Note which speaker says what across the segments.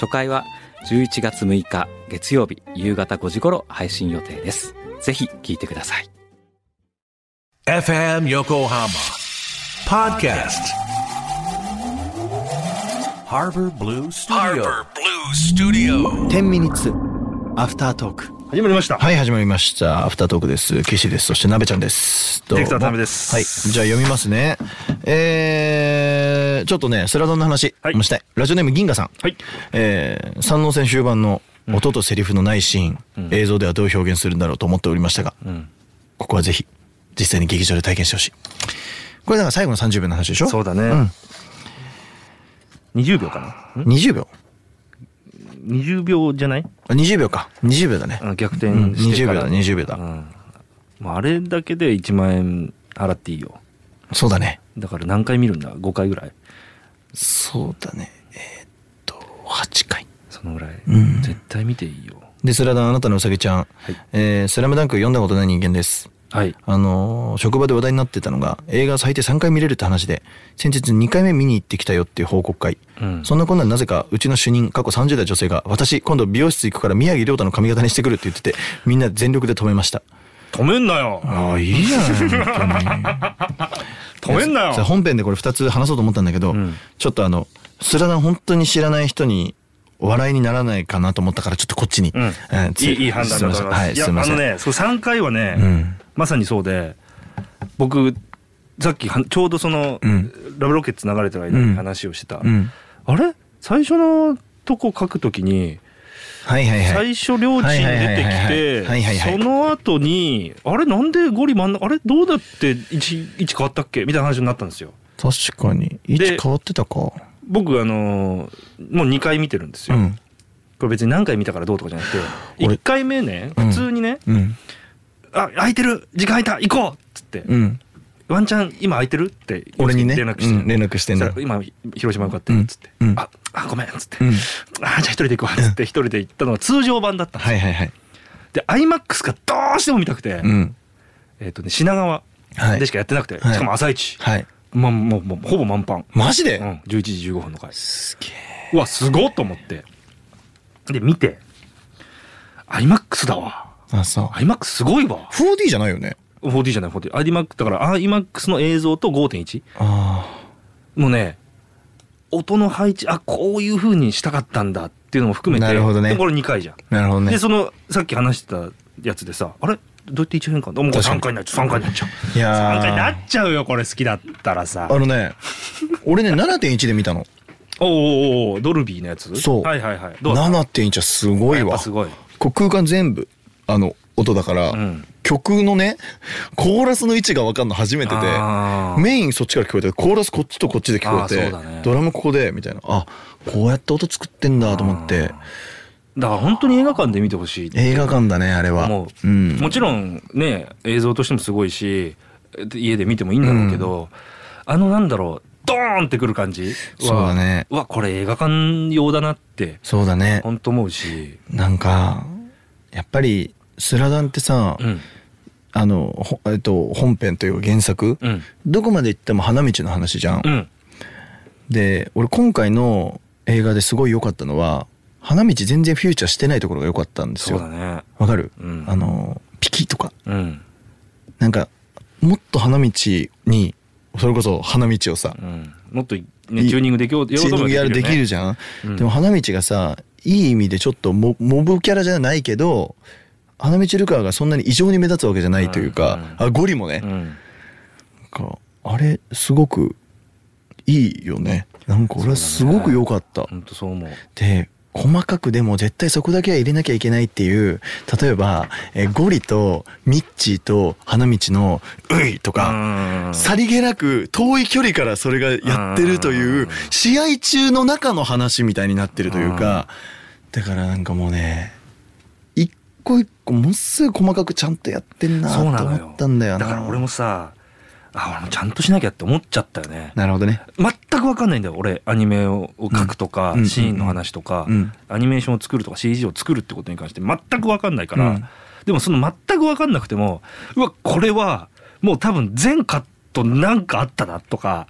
Speaker 1: 初回は11月6日月曜日夕方5時頃配信予定ですぜひ聞いてください
Speaker 2: FM Yokohama Podcast. Harbor Blue Studio.
Speaker 3: 10ミニッツアフタートーク
Speaker 4: 始まりました。
Speaker 3: はい始まりましたアフタートークです岸ですそしてなべちゃんですどうも
Speaker 4: ディレクター田辺です
Speaker 3: はいじゃあ読みますねえー、ちょっとねスラドンの話
Speaker 4: はい
Speaker 3: もしたいラジオネーム銀河さん
Speaker 4: はい
Speaker 3: えー、山王戦終盤の音とセリフのないシーン、映像ではどう表現するんだろうと思っておりましたが、ここはぜひ実際に劇場で体験してほしいこれだから最後の30秒の話でしょ
Speaker 4: そうだね
Speaker 3: ん、
Speaker 4: 20秒かな。ん
Speaker 3: 20秒
Speaker 4: 20秒じゃない
Speaker 3: あ20秒か20秒だね、
Speaker 4: うん逆転
Speaker 3: うん、
Speaker 4: して
Speaker 3: 20
Speaker 4: か
Speaker 3: 秒
Speaker 4: ら。
Speaker 3: だ20秒だ、
Speaker 4: うん。まあ、あれだけで1万円払っていいよ。
Speaker 3: そうだね
Speaker 4: だから何回見るんだ ?5 回ぐらい
Speaker 3: そうだねえーっと8回
Speaker 4: そのぐらい、
Speaker 3: ん
Speaker 4: 絶対見ていいよ。
Speaker 3: でスラダンあなたのうさぎちゃん、えースラムダンク」読んだことない人間です
Speaker 4: はい。
Speaker 3: あのー職場で話題になってたのが映画最低3回見れるって話で先日2回目見に行ってきたよっていう報告会、
Speaker 4: うん
Speaker 3: そんなこんなになぜかうちの主任過去30代女性が「私今度美容室行くから宮城亮太の髪型にしてくる」って言っててみんな全力で止めました
Speaker 4: 止めんなよ
Speaker 3: ああいいじゃ ん
Speaker 4: 止めんなよ
Speaker 3: 本編でこれ2つ話そうと思ったんだけど、
Speaker 4: うん
Speaker 3: ちょっとあのスラダン本当に知らない人に笑いにならないかなと思ったからちょっとこっちに、
Speaker 4: うん
Speaker 3: えー
Speaker 4: い
Speaker 3: つ
Speaker 4: いいい判断だと思います。
Speaker 3: すいませ
Speaker 4: や、
Speaker 3: んはいすいません
Speaker 4: あのね、そう3回はね、
Speaker 3: うん
Speaker 4: まさにそうで、僕、さっきはちょうどその、
Speaker 3: うん
Speaker 4: ラブロケッツ流れてる間に話をしてた。
Speaker 3: うん、
Speaker 4: あれ最初のとこ書くときに、
Speaker 3: はいはいはい
Speaker 4: 最初両親出て
Speaker 3: はいはいは
Speaker 4: き
Speaker 3: いはいはいはいは
Speaker 4: て
Speaker 3: い
Speaker 4: その後にあれなんでゴリ真ん中あれどうだって位置位置変わったっけみたいな話になったんですよ
Speaker 3: 確かに位置変わってたか
Speaker 4: 僕あのーもう2回見てるんです
Speaker 3: う
Speaker 4: よ、
Speaker 3: ん
Speaker 4: これ別に何回見たからどうとかじゃなくて
Speaker 3: 俺
Speaker 4: 1回目ね
Speaker 3: うん
Speaker 4: 普通にね、
Speaker 3: うん
Speaker 4: あ空いてる時間空いた行こうっつって、
Speaker 3: うん
Speaker 4: ワンチャン今空いてるって
Speaker 3: 俺にね
Speaker 4: 連絡して、
Speaker 3: うん連絡してんだ
Speaker 4: そたら今広島向かってるっつって、
Speaker 3: うんうん
Speaker 4: ああごめんっつって、
Speaker 3: うん
Speaker 4: あじゃあ一人で行こうっつって一人で行ったのが通常版だったんです
Speaker 3: はいはいはい
Speaker 4: で IMAX がどうしても見たくて、
Speaker 3: うん
Speaker 4: えっ、とね品川
Speaker 3: はい
Speaker 4: でしかやってなくて、
Speaker 3: はい
Speaker 4: しかも朝一、
Speaker 3: はい
Speaker 4: まあもうもうほぼ満帆、
Speaker 3: マジで、
Speaker 4: うん、11時15分の回
Speaker 3: すげえ
Speaker 4: うわすごっと思ってで見て iMAX だわ
Speaker 3: あそう
Speaker 4: iMAX すごいわ
Speaker 3: 4D じゃないよね
Speaker 4: 4D じゃない 4D iMAX だから iMAX の映像と5.1
Speaker 3: あ
Speaker 4: のね音の配置あこういう風にしたかったんだっていうのも含めて
Speaker 3: なるほどね
Speaker 4: でこれ2回じゃん
Speaker 3: あなるほどね
Speaker 4: でそのさっき話してたやつでさあれどうやって一応変換だもうこれ3回になっちゃう3回になっちゃう
Speaker 3: いやー
Speaker 4: 3回になっちゃうよこれ好きだったらさ
Speaker 3: あのね俺ね7.1で見たの
Speaker 4: おうおうおうドルビーのやつ
Speaker 3: そう
Speaker 4: はいはいはいどうだった
Speaker 3: 7.1はすごい
Speaker 4: やっぱ
Speaker 3: わ
Speaker 4: すごい
Speaker 3: こう空間全部あの音だから、
Speaker 4: うん
Speaker 3: 曲のねコーラスの位置が分かんの初めてで
Speaker 4: あー
Speaker 3: メインそっちから聞こえてコーラスこっちとこっちで聞こえ
Speaker 4: あ
Speaker 3: て、
Speaker 4: ーそうだね
Speaker 3: ドラムここでみたいなあこうやって音作ってんだと思っ
Speaker 4: だ
Speaker 3: て
Speaker 4: から本当に映画館で見てほしいって
Speaker 3: 映画館だねあれは
Speaker 4: 思う、
Speaker 3: ん、
Speaker 4: もちろんね映像としてもすごいし家で見てもいいんだろうけど、あのなんだろうドーンってくる感じは
Speaker 3: そうだね
Speaker 4: わこれ映画館用だなって
Speaker 3: そうだね
Speaker 4: 本当思うし、
Speaker 3: なんかやっぱり「スラダン」ってさ、
Speaker 4: うん
Speaker 3: あのほえっと、本編というか原作、
Speaker 4: うん
Speaker 3: どこまで行っても花道の話じゃん、
Speaker 4: うん、
Speaker 3: で俺今回の映画ですごい良かったのは花道全然フューチャーしてないところが良かったんです
Speaker 4: そう
Speaker 3: よ
Speaker 4: だね
Speaker 3: わかる、
Speaker 4: うん
Speaker 3: あのピキとか
Speaker 4: うん
Speaker 3: なんかもっと花道にそれこそ花道をさ、
Speaker 4: うんもっとね
Speaker 3: いい
Speaker 4: チューニングできよう
Speaker 3: チーニングやるできる
Speaker 4: じ
Speaker 3: じゃん、
Speaker 4: うん
Speaker 3: でも花道がさいい意味でちょっとモモブキャラじゃないけど花道ルカワがそんなに異常に目立つわけじゃないというか、
Speaker 4: うん
Speaker 3: あゴリもね、
Speaker 4: うん
Speaker 3: なんかあれすごくいいよねなんか俺はすごく良かった、
Speaker 4: 本当そう思う
Speaker 3: で細かくでも絶対そこだけは入れなきゃいけないっていう例えばえゴリとミッチーと花道の「うい!」とか、
Speaker 4: うん
Speaker 3: さりげなく遠い距離からそれがやってるといううん試合中の中の話みたいになってるというかだからなんかもうね一個一個ものすごい細かくちゃんとやってんなと
Speaker 4: そうなの
Speaker 3: 思
Speaker 4: よ
Speaker 3: ったんだよな
Speaker 4: から俺もさあ俺もちゃんとしなきゃって思っちゃったよね
Speaker 3: なるほどね
Speaker 4: 全く分かんないんだよ俺アニメを描くとか、
Speaker 3: うん
Speaker 4: シーンの話とか、
Speaker 3: うん
Speaker 4: アニメーションを作るとか CG を作るってことに関して全く分かんないから、
Speaker 3: うん
Speaker 4: でもその全く分かんなくてもうわこれはもう多分全カットなんかあったなとか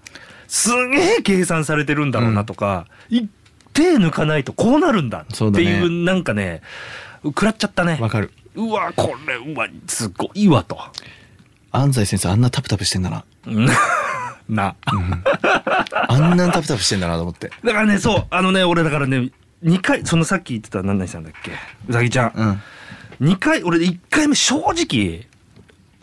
Speaker 4: すげえ計算されてるんだろうなとか、い手抜かないとこうなるんだって
Speaker 3: そうだね
Speaker 4: いうなんかね食らっちゃったね
Speaker 3: わかる
Speaker 4: うわこれはすごいわ と。
Speaker 3: 安西先生あんなタプタプしてん だな
Speaker 4: うんな。
Speaker 3: あんなタプタプしてんだなと思って
Speaker 4: だからね、そう、あのね、俺だからね、二回、そのさっき言ってた、何々さんだっけ、うさぎちゃ。
Speaker 3: うんん
Speaker 4: 二、回、俺一回目、正直。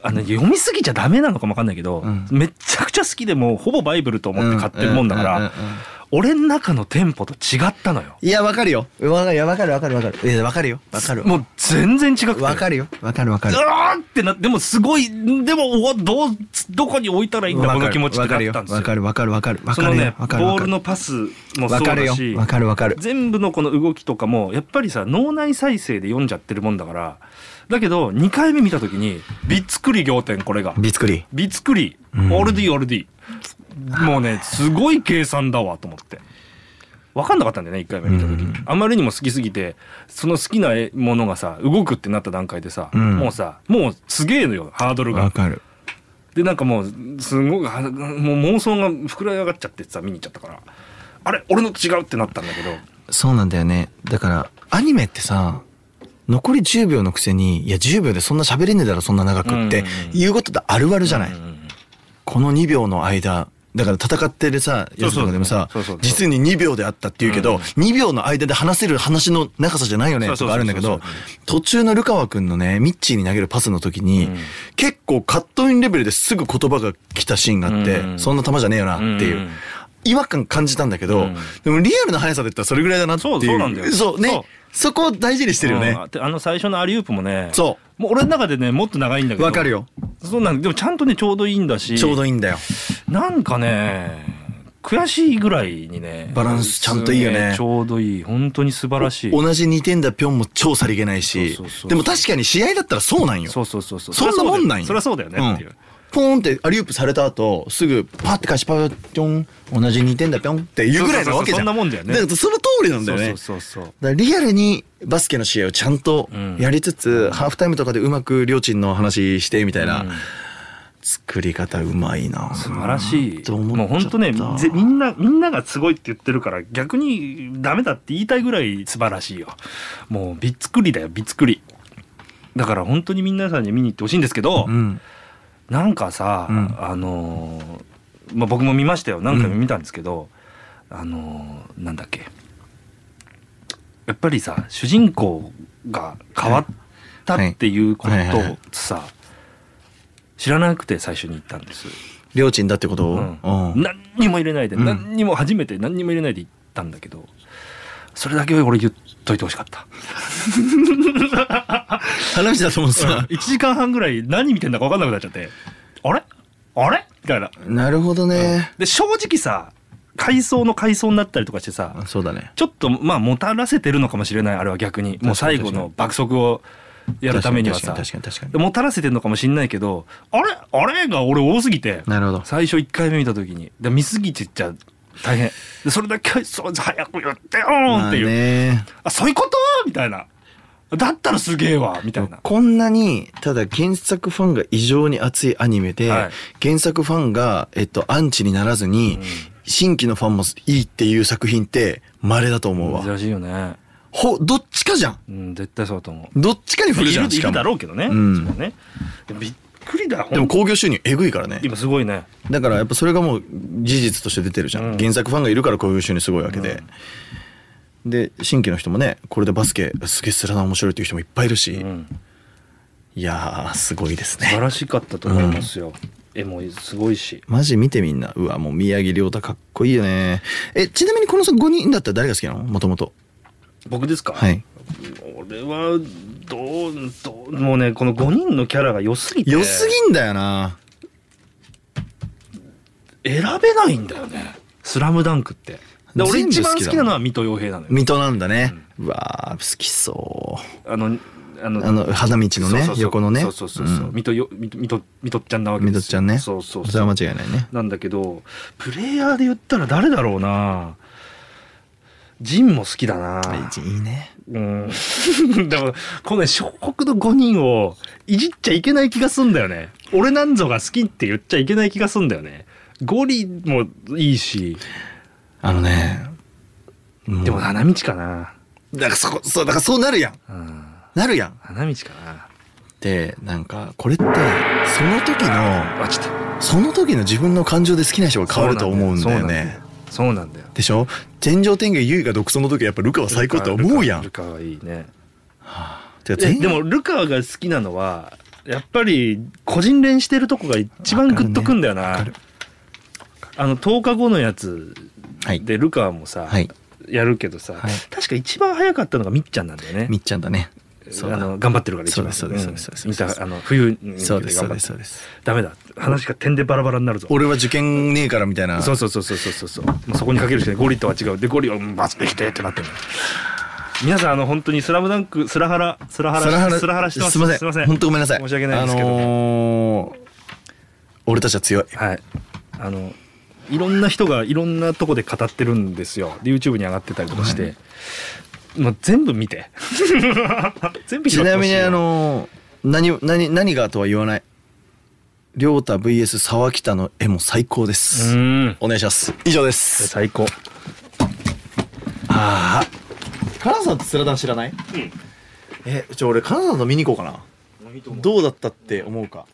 Speaker 4: あの読みすぎちゃダメなのかもわかんないけど、
Speaker 3: うん
Speaker 4: めっちゃくちゃ好きでもうほぼバイブルと思って買ってるもんだから、
Speaker 3: うんうんうんうんうん
Speaker 4: 俺の中のテンポと違ったのよ
Speaker 3: いやわかるよわかるいやわかるわかるわかるいやわかるよわかる
Speaker 4: もう全然違くて
Speaker 3: わかるよわかるわか
Speaker 4: う
Speaker 3: る
Speaker 4: わーってなでもすごいでもおどうどこに置いたらいいんだこの気持ちっ
Speaker 3: わ
Speaker 4: て
Speaker 3: か
Speaker 4: な
Speaker 3: る
Speaker 4: っ
Speaker 3: よ
Speaker 4: たんですよ
Speaker 3: わかるわかるわかるわ
Speaker 4: そ
Speaker 3: か
Speaker 4: の
Speaker 3: る
Speaker 4: ね
Speaker 3: よ
Speaker 4: ボ
Speaker 3: わかるよ
Speaker 4: ールのパスも
Speaker 3: わ
Speaker 4: そう
Speaker 3: かる
Speaker 4: だ
Speaker 3: よ
Speaker 4: し
Speaker 3: わかるわかる
Speaker 4: 全部のこの動きとかもやっぱりさ脳内再生で読んじゃってるもんだからだけど2回目見た時に「びっくり仰天これが」
Speaker 3: ビッツクリ
Speaker 4: 「びっくり
Speaker 3: ん
Speaker 4: オールディオールディ」もうねすごい計算だわと思って。分かんなかったんだよね1回目見た時にあまりにも好きすぎてその好きなものがさ動くってなった段階でさ、
Speaker 3: うん
Speaker 4: もうさもうすげえのよハードルが
Speaker 3: わかる
Speaker 4: でなんかもうすごいはもう妄想が膨らみ上がっちゃってさ見に行っちゃったからあれ俺のと違うってなったんだけど
Speaker 3: そうなんだよねだからアニメってさ残り10秒のくせにいや10秒でそんな喋れねえだろそんな長くって
Speaker 4: うんうんうん
Speaker 3: 言うことってあるあるじゃない、
Speaker 4: うんうん
Speaker 3: この2秒の間だから戦ってるさやつとかでもさ
Speaker 4: そうそうそうそう
Speaker 3: 実に2秒であったっていうけど、2秒の間で話せる話の長さじゃないよね
Speaker 4: そう
Speaker 3: と
Speaker 4: そうそうそう
Speaker 3: かあるんだけど
Speaker 4: そうそう
Speaker 3: 途中のルカワ君のねミッチーに投げるパスの時に、
Speaker 4: うん
Speaker 3: 結構カットインレベルですぐ言葉が来たシーンがあって、
Speaker 4: うん
Speaker 3: そんな球じゃねえよなっていう。
Speaker 4: うん
Speaker 3: 違和感感じたんだけ
Speaker 4: う
Speaker 3: ど、
Speaker 4: ん
Speaker 3: でもリアルな速さで言ったらそれぐらいだなっていう
Speaker 4: そうそうなんだよ
Speaker 3: そうね
Speaker 4: そう
Speaker 3: そこを大事にしてるよね、
Speaker 4: うんであの最初のアリウープもね
Speaker 3: そ
Speaker 4: もう俺の中でねもっと長いんだけ
Speaker 3: う
Speaker 4: ど
Speaker 3: わかるよ
Speaker 4: そうなんでもちゃんとねちょうどいいんだし
Speaker 3: ちょうどいいんだよ
Speaker 4: なんかね悔しいぐらいにね
Speaker 3: バランスちゃんといいよね
Speaker 4: ちょうどいい本当に素晴らしい
Speaker 3: 同じ2点だぴょんも超さりげないし
Speaker 4: そうそうそうそう
Speaker 3: でも確かに試合だったらそうなんよ
Speaker 4: そうそうそうそう
Speaker 3: そんなもんなんよ
Speaker 4: そりゃそうだよねっていう
Speaker 3: う、んポーンってアリウープされた後すぐパって返しパーピョン同じ2点だぴょんっていうぐらいなわけじ
Speaker 4: そうそうそう
Speaker 3: ゃん
Speaker 4: そんなもんだよね
Speaker 3: からその通りなんだよね
Speaker 4: そうそうそうそう
Speaker 3: だからリアルにバスケの試合をちゃんとやりつつ、ハーフタイムとかでうまく両チームの話してみたいな、
Speaker 4: うん
Speaker 3: 作り方うまいな
Speaker 4: 素晴らしい、
Speaker 3: と思っちゃ
Speaker 4: もう
Speaker 3: った
Speaker 4: 本当ねぜみんなみんながすごいって言ってるから逆にダメだって言いたいぐらい素晴らしいよもうびっくりだよびっくりだから本当に皆さんに見に行ってほしいんですけど、
Speaker 3: うん
Speaker 4: なんかさ、
Speaker 3: うん
Speaker 4: あのーまあ、僕も見ましたよ何回も見たんですけど、あのーなんだっけやっぱりさ主人公が変わったっていうこと
Speaker 3: はいはいはいはい
Speaker 4: とさ知らなくて最初に行ったんです。
Speaker 3: 両チームだってことを、
Speaker 4: うん
Speaker 3: うん
Speaker 4: 何にも入れないで、
Speaker 3: うん
Speaker 4: 何にも初めて何にも入れないで行ったんだけどそれだけは俺言っといてほしかった
Speaker 3: 話だと思うさ、
Speaker 4: 1時間半ぐらい何見てんだか分かんなくなっちゃってあれあれみたいな
Speaker 3: なるほどね、
Speaker 4: で正直さ回想の回想になったりとかしてさ
Speaker 3: あそうだね
Speaker 4: ちょっとまあもたらせてるのかもしれないあれは逆にもう最後の爆速をやるためにはさ
Speaker 3: 確かに確かに確かに
Speaker 4: でもたらせてるのかもしれないけどあれあれが俺多すぎて
Speaker 3: なるほど
Speaker 4: 最初1回目見た時にで見すぎてっちゃ大変でそれだけはそう早く言ってよーんっていう、
Speaker 3: ま
Speaker 4: あ
Speaker 3: あね
Speaker 4: そういうことみたいなだったらすげえわみたいな
Speaker 3: こんなにただ原作ファンが異常に熱いアニメで、
Speaker 4: はい
Speaker 3: 原作ファンが、えっと、アンチにならずに、新規のファンもいいっていう作品って稀だと思うわ
Speaker 4: 珍しいよね、
Speaker 3: ほどっちかじゃん
Speaker 4: うん、絶対そうだと思う
Speaker 3: どっちかに振る
Speaker 4: い
Speaker 3: じゃ
Speaker 4: る
Speaker 3: ん
Speaker 4: い
Speaker 3: しか
Speaker 4: る
Speaker 3: も
Speaker 4: だろうけどね,、
Speaker 3: うん
Speaker 4: そうねでもびっくりだ
Speaker 3: でも興行収入えぐいからね
Speaker 4: 今すごいね
Speaker 3: だからやっぱそれがもう事実として出てるじゃん、
Speaker 4: うん
Speaker 3: 原作ファンがいるから興行収入すごいわけで、で新規の人もねこれでバスケすげえすらな面白いっていう人もいっぱいいるし、
Speaker 4: うん
Speaker 3: いやーすごいです
Speaker 4: 素晴
Speaker 3: ね
Speaker 4: らしかったと思いますよ、絵もすごいし
Speaker 3: マジ見てみんなうわもう宮城亮太かっこいいよねえちなみにこの5人だったら誰が好きなのもともと
Speaker 4: 僕ですか、
Speaker 3: はい
Speaker 4: 俺はどうどうもうねこの5人のキャラが良すぎて
Speaker 3: 良すぎんだよな
Speaker 4: 選べないんだよね「スラムダンクってで俺
Speaker 3: 全部好き
Speaker 4: 一
Speaker 3: だもん
Speaker 4: 番好きなのは水戸洋平なのよ
Speaker 3: 水戸なんだね、うわー好きそう
Speaker 4: あのあの
Speaker 3: あの花道のね
Speaker 4: そうそうそう
Speaker 3: 横のね
Speaker 4: そうそうそうそう
Speaker 3: うん
Speaker 4: みとよみとみとみとっちゃんなわけ
Speaker 3: み
Speaker 4: です
Speaker 3: ど
Speaker 4: よ
Speaker 3: ちゃんね
Speaker 4: そうそう
Speaker 3: それ
Speaker 4: そう
Speaker 3: は間違いないね
Speaker 4: なんだけどプレイヤーで言ったら誰だろうなジンも好きだな
Speaker 3: はいいいね
Speaker 4: うん でもこのね小国の5人をいじっちゃいけない気がすんだよね俺なんぞが好きって言っちゃいけない気がすんだよねゴリもいいし
Speaker 3: あのね
Speaker 4: でも花道かな、
Speaker 3: だからそこそうだからそうなるやん
Speaker 4: うん、
Speaker 3: なるやん
Speaker 4: 花道かな
Speaker 3: でなんかこれってその時の
Speaker 4: あちょっと
Speaker 3: その時の自分の感情で好きな人が変わると思うんだよね
Speaker 4: そうなんだよ
Speaker 3: でしょ天上天下優位が独走の時はやっぱルカは最高と思うやん
Speaker 4: ルカルカはいいねえ
Speaker 3: てか全
Speaker 4: でもルカが好きなのはやっぱり個人練してるとこが一番グッとくんだよ
Speaker 3: わ
Speaker 4: な、
Speaker 3: かる
Speaker 4: あの10日後のやつ
Speaker 3: はい
Speaker 4: でルカもさ、
Speaker 3: はい
Speaker 4: やるけどさ、
Speaker 3: はい
Speaker 4: 確か一番早かったのがみっちゃんなんだよね
Speaker 3: みっちゃんだねそう
Speaker 4: あ
Speaker 3: だ
Speaker 4: の頑張ってるから一番
Speaker 3: そうですそうですそうです
Speaker 4: ん見
Speaker 3: そうです
Speaker 4: たあの冬に向けて
Speaker 3: そうですそ
Speaker 4: 頑張っ
Speaker 3: うです
Speaker 4: て
Speaker 3: そうです
Speaker 4: ダメだ話が点でバラバラになるぞ
Speaker 3: 俺は受験ねえからみたいな
Speaker 4: そうそうそうそうそうそうそうもうそこにかけるしかないゴリとは違うでゴリをうんバスできてってなってる皆さんあの本当にスラムダンクスラハラスラハラ
Speaker 3: それは
Speaker 4: スラハラしてます
Speaker 3: すいません
Speaker 4: すいません
Speaker 3: 本当ごめんなさい
Speaker 4: 申し訳ないですけど、
Speaker 3: あのー俺たちは強い
Speaker 4: はいあのいろんな人がいろんなとこで語ってるんですよで YouTube に上がってたりとかして、もう全部見て 全部拾
Speaker 3: ち
Speaker 4: って
Speaker 3: な
Speaker 4: ほ
Speaker 3: み
Speaker 4: しい
Speaker 3: に
Speaker 4: よ
Speaker 3: あの何何何がとは言わない亮太 VS 沢北の絵も最高で
Speaker 4: う
Speaker 3: す、
Speaker 4: ーん
Speaker 3: お願いします以上です
Speaker 4: 最高
Speaker 3: ああ金沢さんってスラダン知らない、えじゃあ俺金沢さんの見に行こうかなどうだったって思うか